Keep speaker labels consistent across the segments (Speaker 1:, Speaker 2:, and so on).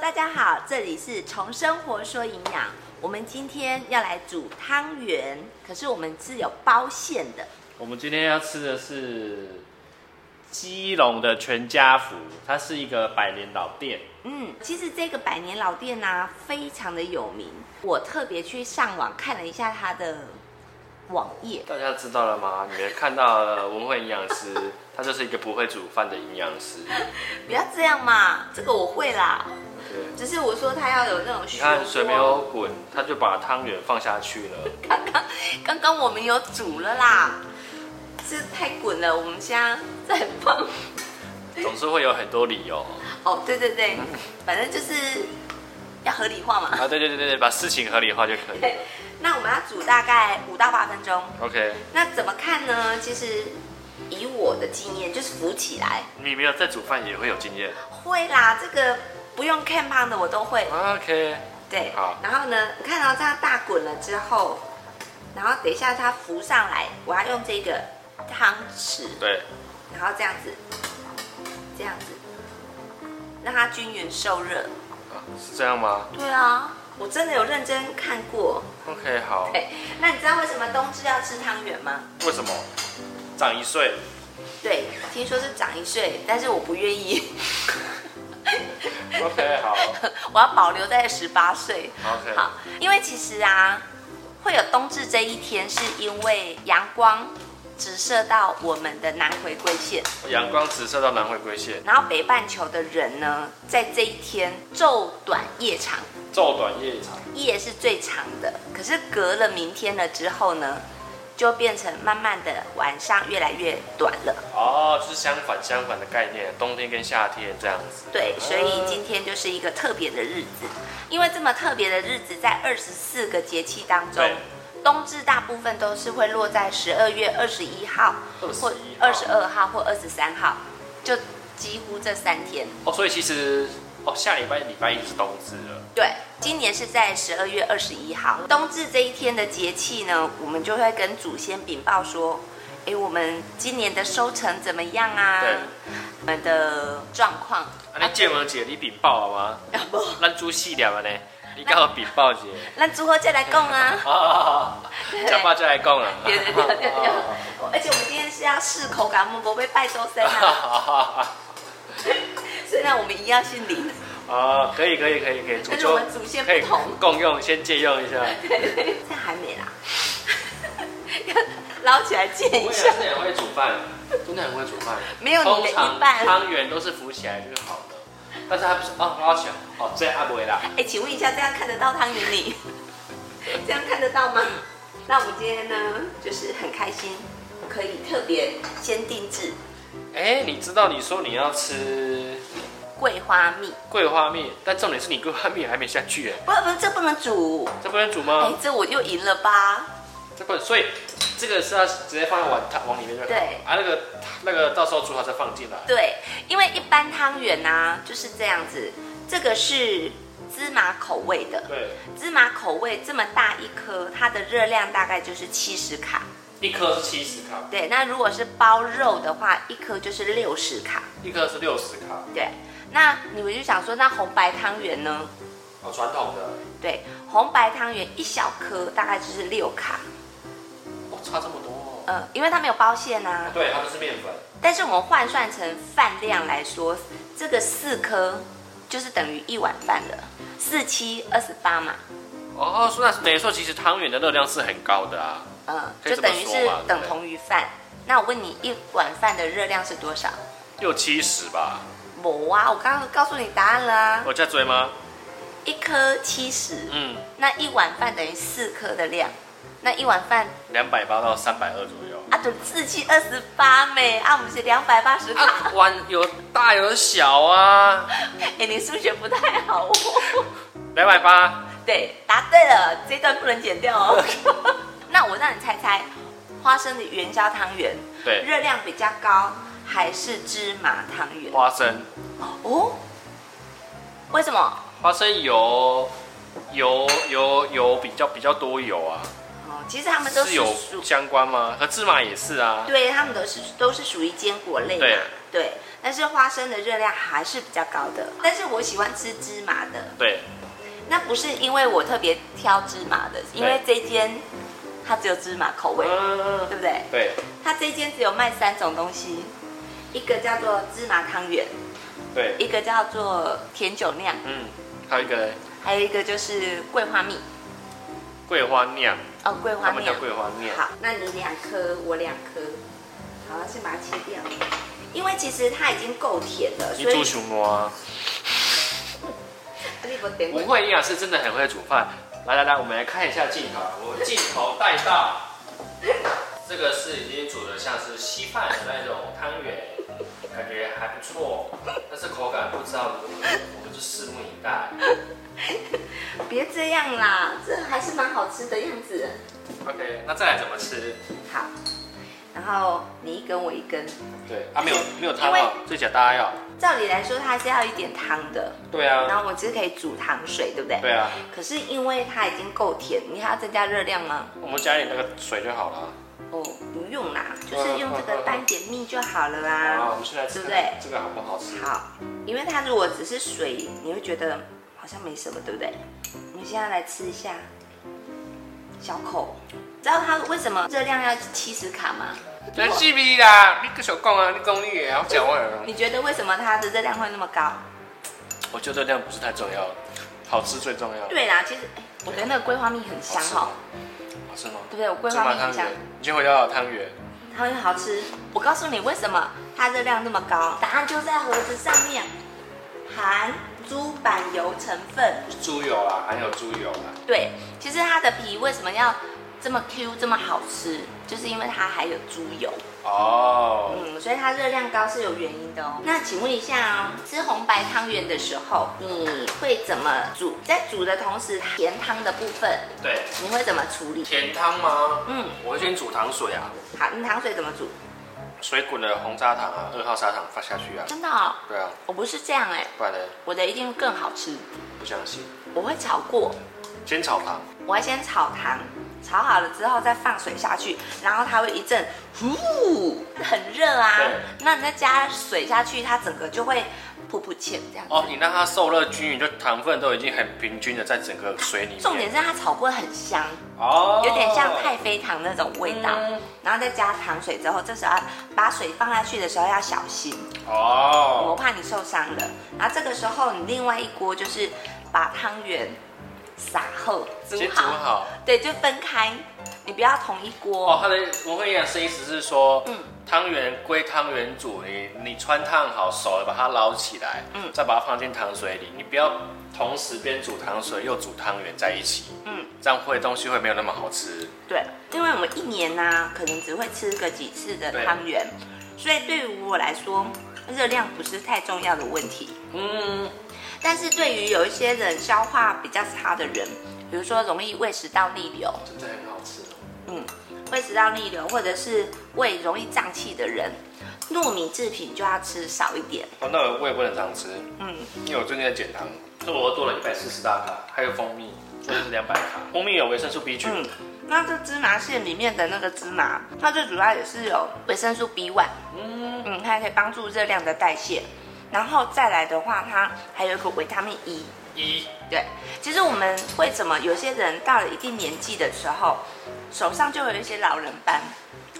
Speaker 1: 大家好，这里是从生活说营养。我们今天要来煮汤圆，可是我们是有包馅的。
Speaker 2: 我们今天要吃的是基隆的全家福，它是一个百年老店。
Speaker 1: 嗯，其实这个百年老店呢、啊非常的有名。我特别去上网看了一下它的网页，
Speaker 2: 大家知道了吗？你们看到了文慧营养师，他就是一个不会煮饭的营养师。
Speaker 1: 不要这样嘛，这个我会啦。
Speaker 2: 对，
Speaker 1: 只是我说它要有那种
Speaker 2: 你
Speaker 1: 漩
Speaker 2: 看水没
Speaker 1: 涡。
Speaker 2: 有滚，他就把汤圆放下去了。
Speaker 1: 刚刚我们有煮了啦，是太滚了，我们现在在放。
Speaker 2: 总是会有很多理由
Speaker 1: 哦，对对对，反正就是要合理化嘛。
Speaker 2: 啊。对对对对对，把事情合理化就可以了。
Speaker 1: 那我们要煮大概五到八分钟。
Speaker 2: OK，
Speaker 1: 那怎么看呢？其实以我的经验，就是浮起来
Speaker 2: 你没有在煮饭也会有经验。
Speaker 1: 会啦，这个不用看胖的我都会。
Speaker 2: OK，
Speaker 1: 对，
Speaker 2: 好
Speaker 1: 然后呢，你看到这样大滚了之后，然后等一下它浮上来，我要用这个汤匙，
Speaker 2: 对，
Speaker 1: 然后这样子，这样子，让它均匀受热。
Speaker 2: 啊是这样吗
Speaker 1: 对啊，我真的有认真看过。
Speaker 2: ？OK，好。
Speaker 1: 对，那你知道为什么冬至要吃汤圆吗？
Speaker 2: 为什么长一岁？
Speaker 1: 对，听说是长一岁，但是我不愿意，
Speaker 2: OK，好
Speaker 1: 我要保留 在十八岁。
Speaker 2: ，OK，
Speaker 1: 好，因为其实啊，会有冬至这一天，是因为阳光直射到我们的南回归线，
Speaker 2: 阳光直射到南回归线，
Speaker 1: 然后北半球的人呢，在这一天昼短夜长，
Speaker 2: 昼短夜长。
Speaker 1: 夜是最长的。可是隔了明天了之后呢，就变成慢慢的晚上越来越短了。
Speaker 2: 哦，就是相反相反的概念，冬天跟夏天这样子。
Speaker 1: 对，所以今天就是一个特别的日子，因为这么特别的日子，在二十四个节气当中
Speaker 2: 对，
Speaker 1: 冬至大部分都是会落在十二月二十一号、
Speaker 2: 21
Speaker 1: 或二十二号或二十三号，就几乎这三天。
Speaker 2: 哦，所以其实哦，下礼拜礼拜一是冬至了。
Speaker 1: 对，今年是在十二月二十一号，冬至这一天的节气呢，我们就会跟祖先禀报说，哎，我们今年的收成怎么样啊？
Speaker 2: 对
Speaker 1: 我们的状况。
Speaker 2: 啊，你建文姐，你禀报好吗？
Speaker 1: 要不，
Speaker 2: 咱煮细点啊了呢，你刚好禀报姐。
Speaker 1: 那祝贺再来供 啊！
Speaker 2: 哦，讲话就来 讲了。
Speaker 1: 对对对对对。而且我们今天是要试口感，我们不会拜周生啊，
Speaker 2: 啊
Speaker 1: 虽然我们一样姓林。
Speaker 2: 哦，可以可以可以可以，
Speaker 1: 但是我们祖先
Speaker 2: 可以
Speaker 1: 不同
Speaker 2: 共用，先借用一下。
Speaker 1: 这还没啦， 捞起来见
Speaker 2: 我
Speaker 1: 一
Speaker 2: 也
Speaker 1: 下
Speaker 2: 是。很会煮饭，真的很会煮饭。
Speaker 1: 没有你的
Speaker 2: 通常
Speaker 1: 一半
Speaker 2: 汤圆都是浮起来就是好的，但是它不是哦，好小哦，这阿维啦。
Speaker 1: 哎，请问一下，这样看得到汤圆里？这样看得到吗？那我们今天呢，就是很开心，可以特别先定制
Speaker 2: 哎，你知道你说你要吃
Speaker 1: 桂花蜜。
Speaker 2: 桂花蜜，但重点是你桂花蜜还没下去哎，
Speaker 1: 不不，这不能煮。
Speaker 2: 这不能煮
Speaker 1: 哎
Speaker 2: 吗？，
Speaker 1: 这我又赢了吧？
Speaker 2: 这不能，所以这个是要直接放在碗汤往里面就好。
Speaker 1: 对
Speaker 2: 啊，那个那个到时候煮好再放进来。
Speaker 1: 对，因为一般汤圆啊就是这样子，这个是芝麻口味的。
Speaker 2: 对，
Speaker 1: 芝麻口味这么大一颗，它的热量大概就是七十卡。
Speaker 2: 一颗是七十卡，
Speaker 1: 对，那如果是包肉的话，一颗就是六十卡。
Speaker 2: 一颗是六十卡，
Speaker 1: 对，那你们就想说，那红白汤圆呢？
Speaker 2: 哦，传统的，
Speaker 1: 对，红白汤圆一小颗大概就是六卡，
Speaker 2: 哦，差这么多哦。
Speaker 1: 嗯、因为它没有包馅啊。
Speaker 2: 对，它就是面粉。
Speaker 1: 但是我们换算成饭量来说，这个四颗就是等于一碗饭了，四七二十八嘛，
Speaker 2: 哦，那等于说其实汤圆的热量是很高的啊。
Speaker 1: 嗯、
Speaker 2: 可以
Speaker 1: 就
Speaker 2: 这么
Speaker 1: 等于
Speaker 2: 说
Speaker 1: 是
Speaker 2: 嘛对不
Speaker 1: 等
Speaker 2: 对
Speaker 1: 同于饭。那我问你，一碗饭的热量是多少？
Speaker 2: 六七十吧，
Speaker 1: 某啊，我刚刚告诉你答案了啊，
Speaker 2: 我在追吗？
Speaker 1: 一颗七十，
Speaker 2: 嗯，
Speaker 1: 那一碗饭等于四颗的量，那一碗饭
Speaker 2: 两百八到三百二左右。
Speaker 1: 啊，就四七二十八枚，啊，我们是两百八十卡，
Speaker 2: 啊，碗有大有小啊，
Speaker 1: 哎、你数学不太好哦。
Speaker 2: 两百八，
Speaker 1: 对，答对了，这段不能剪掉哦。 那我让你猜猜，花生的元宵汤圆
Speaker 2: 对，
Speaker 1: 热量比较高，还是芝麻汤圆？
Speaker 2: 花生，
Speaker 1: 哦，为什么？
Speaker 2: 花生油，油油油比较比较多油啊，
Speaker 1: 哦，其实他们都是
Speaker 2: 有
Speaker 1: 属
Speaker 2: 相关吗？和芝麻也是啊，
Speaker 1: 对，他们都是都是属于坚果类嘛
Speaker 2: 对。
Speaker 1: 对，但是花生的热量还是比较高的。但是我喜欢吃芝麻的，
Speaker 2: 对，
Speaker 1: 那不是因为我特别挑芝麻的，因为这间它只有芝麻口味，对
Speaker 2: 嗯，
Speaker 1: 不对？
Speaker 2: 对
Speaker 1: 它这间只有卖三种东西，一个叫做芝麻汤圆，
Speaker 2: 对，
Speaker 1: 一个叫做甜酒酿，
Speaker 2: 嗯，还有一个
Speaker 1: 还有一个就是桂花蜜。
Speaker 2: 桂花酿，
Speaker 1: 哦，桂花
Speaker 2: 他们
Speaker 1: 酿
Speaker 2: 叫。桂花酿，
Speaker 1: 好，那你两颗，我两颗。好，先把它切掉，因为其实它已经够甜了，
Speaker 2: 你
Speaker 1: 所以
Speaker 2: 煮熊猫啊？
Speaker 1: 啊你不点
Speaker 2: 不会，营养师真的很会煮饭。来来来，我们来看一下镜头，我镜头带到。这个是已经煮的像是稀饭的那种汤圆，感觉还不错，但是口感不知道如何，我们就拭目以待。
Speaker 1: 别这样啦，这还是蛮好吃的样子。
Speaker 2: OK，那再来怎么吃？
Speaker 1: 好，然后你一根我一根，
Speaker 2: 对啊，没有没有汤
Speaker 1: 因
Speaker 2: 哦，最假大家要。
Speaker 1: 照理来说它还是要一点汤的，
Speaker 2: 对啊，
Speaker 1: 然后我只是可以煮糖水，对不对？
Speaker 2: 对啊，
Speaker 1: 可是因为它已经够甜，你还要增加热量吗？
Speaker 2: 我们加一点那个水就好了。
Speaker 1: 哦，不用啦，就是用这个拌一点蜜就好了
Speaker 2: 啊，
Speaker 1: 啦。
Speaker 2: 我们现在吃
Speaker 1: 对不对
Speaker 2: 这个好不好吃？
Speaker 1: 好，因为它如果只是水，你会觉得好像没什么，对不对？我们现在来吃一下小口，知道它为什么热量要七十卡吗？
Speaker 2: 真是逼啦，你个小讲啊，你讲你也好讲话啊。
Speaker 1: 你觉得为什么它的热量会那么高？
Speaker 2: 我觉得量不是太重要，好吃最重要。
Speaker 1: 对啦，其实哎我觉得那个桂花蜜很香哈、
Speaker 2: 好吃吗？
Speaker 1: 对不对？我桂
Speaker 2: 芝
Speaker 1: 花
Speaker 2: 麻
Speaker 1: 蜜很
Speaker 2: 汤
Speaker 1: 香
Speaker 2: 圆，，你先回到汤圆。
Speaker 1: 它会好吃。我告诉你为什么它热量那么高，答案就在盒子上面，含猪板油成分。
Speaker 2: 猪油啦，含有猪油啦。
Speaker 1: 对，其实它的皮为什么要这么 Q 这么好吃，就是因为它含有猪油。
Speaker 2: 哦，
Speaker 1: 嗯，所以它热量高是有原因的哦。那请问一下哦，吃红白汤圆的时候，你会怎么煮？在煮的同时，甜汤的部分
Speaker 2: 对，
Speaker 1: 你会怎么处理？
Speaker 2: 甜汤吗？
Speaker 1: 嗯，
Speaker 2: 我会先煮糖水啊，
Speaker 1: 好，你糖水怎么煮？
Speaker 2: 水滚了红砂糖啊，二号砂糖放下去啊。
Speaker 1: 真的、哦，
Speaker 2: 对啊，
Speaker 1: 我不是这样哎、
Speaker 2: 不然呢？
Speaker 1: 我的一定更好吃。
Speaker 2: 不相信，
Speaker 1: 我会炒过，
Speaker 2: 先炒糖。
Speaker 1: 我会先炒糖，炒好了之后再放水下去，然后它会一阵呼，很热啊
Speaker 2: 对。
Speaker 1: 那你再加水下去，它整个就会噗噗欠这样。
Speaker 2: 哦，你让它受热均匀，就糖分都已经很平均的在整个水里面。
Speaker 1: 重点是它炒过很香，
Speaker 2: 哦，
Speaker 1: 有点像太妃糖那种味道。
Speaker 2: 嗯
Speaker 1: 然后再加糖水之后，这时候要把水放下去的时候要小心，我
Speaker 2: 哦，
Speaker 1: 怕你受伤了。然后这个时候你另外一锅就是把汤圆撒后煮
Speaker 2: 先煮
Speaker 1: 好，
Speaker 2: 好。
Speaker 1: 对，就分开，你不要同一锅。
Speaker 2: 哦，他的文慧营养师意思是说，
Speaker 1: 嗯
Speaker 2: 汤圆归汤圆煮，你你穿烫好熟了，把它捞起来，
Speaker 1: 嗯
Speaker 2: 再把它放进糖水里，你不要同时边煮糖水又煮汤圆在一起，
Speaker 1: 嗯，
Speaker 2: 这样会东西会没有那么好吃。
Speaker 1: 对，因为我们一年呢、可能只会吃个几次的汤圆，所以对于我来说，热量不是太重要的问题。
Speaker 2: 嗯，
Speaker 1: 但是对于有一些人消化比较差的人，比如说容易胃食道逆流，
Speaker 2: 真的很好吃哦。
Speaker 1: 嗯，胃食道逆流或者是胃容易胀气的人，糯米制品就要吃少一点。
Speaker 2: 哦，那我也不能常吃，
Speaker 1: 嗯，
Speaker 2: 因为我最近在减糖，所以我又多了一百四十大卡，还有蜂蜜，所以是两百卡。 蜂蜜有维生素 B 群，
Speaker 1: 嗯，那这芝麻馅里面的那个芝麻，它最主要也是有维生素 B one，
Speaker 2: 嗯，
Speaker 1: 嗯，它也可以帮助热量的代谢。然后再来的话，它还有一个维他命 E。
Speaker 2: 一
Speaker 1: 对，其实我们为什么有些人到了一定年纪的时候，手上就会有一些老人斑，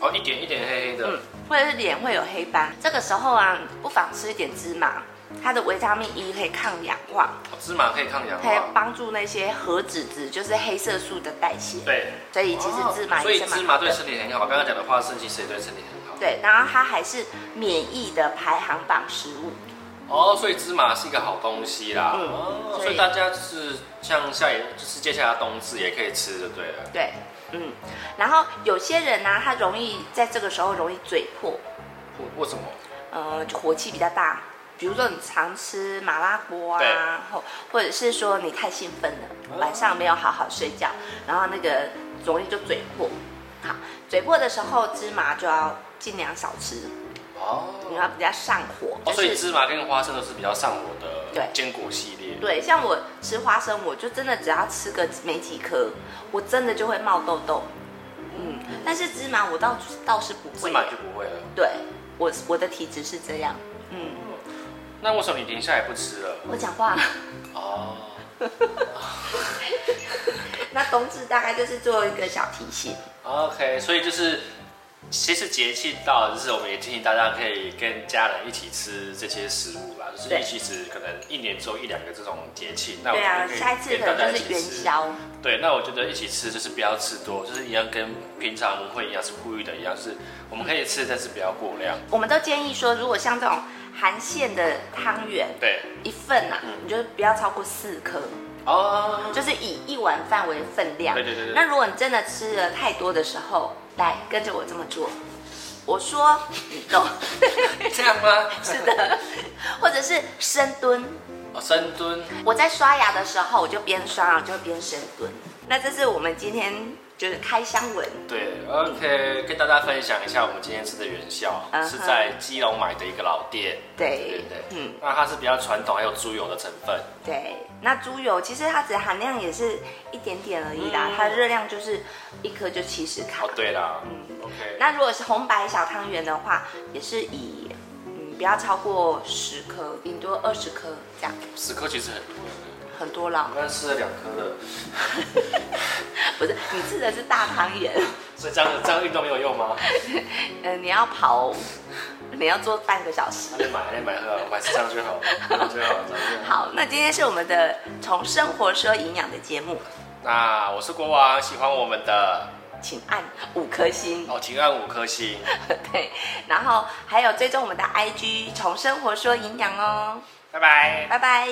Speaker 2: 哦一点一点黑黑的，
Speaker 1: 嗯，或者是脸会有黑斑，这个时候啊，不妨吃一点芝麻，它的维他命 E 可以抗氧化，
Speaker 2: 哦芝麻可以抗氧
Speaker 1: 可以
Speaker 2: 化，
Speaker 1: 帮助那些核子质，就是黑色素的代谢。
Speaker 2: 对。
Speaker 1: 所以其实芝麻
Speaker 2: 所以
Speaker 1: 也是蛮
Speaker 2: 芝麻对身体很好。刚刚讲的花生其实也对身体很好。
Speaker 1: 对，然后它还是免疫的排行榜食物。
Speaker 2: 哦，所以芝麻是一个好东西啦。
Speaker 1: 嗯
Speaker 2: 哦，
Speaker 1: 所以
Speaker 2: 所以大家就是像下一就是接下来冬至也可以吃，就对了。
Speaker 1: 对，嗯，然后有些人呢、他容易在这个时候容易嘴破，
Speaker 2: 为什么？
Speaker 1: 呃，就火气比较大。比如说你常吃麻辣锅
Speaker 2: 对
Speaker 1: 啊，或或者是说你太兴奋了，
Speaker 2: 哦
Speaker 1: 晚上没有好好睡觉，然后那个容易就嘴破。好，嘴破的时候芝麻就要尽量少吃，你
Speaker 2: 哦，
Speaker 1: 要比较上火。
Speaker 2: 哦，所以
Speaker 1: 就是
Speaker 2: 芝麻跟花生都是比较上火的
Speaker 1: 对
Speaker 2: 坚果系列。
Speaker 1: 对，像我吃花生，我就真的只要吃个没几颗，我真的就会冒痘痘。嗯，但是芝麻我倒倒是不
Speaker 2: 芝
Speaker 1: 会。
Speaker 2: 麻就不会了。
Speaker 1: 对，我我的体质是这样。嗯，
Speaker 2: 那为什么你停下来不吃了？
Speaker 1: 我讲 话，
Speaker 2: 哦，
Speaker 1: 那冬至大概就是做一个小提醒。
Speaker 2: OK，所以就是，其实节庆到了，就是我们也提醒大家可以跟家人一起吃这些食物啦，就是
Speaker 1: 对
Speaker 2: 一起吃，可能一年只有一两个这种节庆，那我
Speaker 1: 对
Speaker 2: 觉
Speaker 1: 啊，
Speaker 2: 得可以
Speaker 1: 下一次
Speaker 2: 跟
Speaker 1: 可
Speaker 2: 大家
Speaker 1: 能就
Speaker 2: 一
Speaker 1: 是
Speaker 2: 起
Speaker 1: 元
Speaker 2: 吃。
Speaker 1: 宵。
Speaker 2: 对，那我觉得一起吃就是不要吃多，就是一样跟平常会一样是呼吁的一样，是我们可以吃，但是不要过量。
Speaker 1: 我们都建议说，如果像这种含馅的汤圆
Speaker 2: 对，嗯
Speaker 1: 一份啊，你就不要超过四颗，
Speaker 2: 哦，
Speaker 1: 就是以一碗饭为分量。
Speaker 2: 对对对对
Speaker 1: 那如果你真的吃了太多的时候，来跟着我这么做，我说你 懂，
Speaker 2: 这样吗？
Speaker 1: 是的，或者是深蹲。
Speaker 2: 哦，深蹲，
Speaker 1: 我在刷牙的时候，我就边刷，我就边深蹲。那这是我们今天就是开箱文，
Speaker 2: 对，OK，跟大家分享一下我们今天吃的元宵
Speaker 1: 嗯哼
Speaker 2: 是在基隆买的一个老店。对
Speaker 1: 对
Speaker 2: 对，嗯
Speaker 1: 嗯，，
Speaker 2: 那它是比较传统，还有猪油的成分。
Speaker 1: 对。那猪油其实它只含量也是一点点而已啦
Speaker 2: 嗯，
Speaker 1: 它热量就是一颗就七十卡
Speaker 2: 哦，。对啦，嗯，OK，
Speaker 1: 那如果是红白小汤圆的话，也是以嗯不要超过十颗，顶多二十颗这样，
Speaker 2: 十颗其实很多的，
Speaker 1: 很多啦
Speaker 2: 我。刚才吃了两颗了，
Speaker 1: 不是，你吃的是大汤圆，
Speaker 2: 所以这样这样运动没有用吗？
Speaker 1: 呃，你要跑，你要做半个小时
Speaker 2: 那。就买，那就买喝，我还是这样最好，这样最好，这样最好。
Speaker 1: 好，那今天是我们的从生活说营养的节目，
Speaker 2: 那我是国王，喜欢我们的
Speaker 1: 请按五颗星，
Speaker 2: 哦，请按五颗星。
Speaker 1: 对，然后还有追踪我们的 IG 从生活说营养哦，
Speaker 2: 拜拜。
Speaker 1: 拜拜。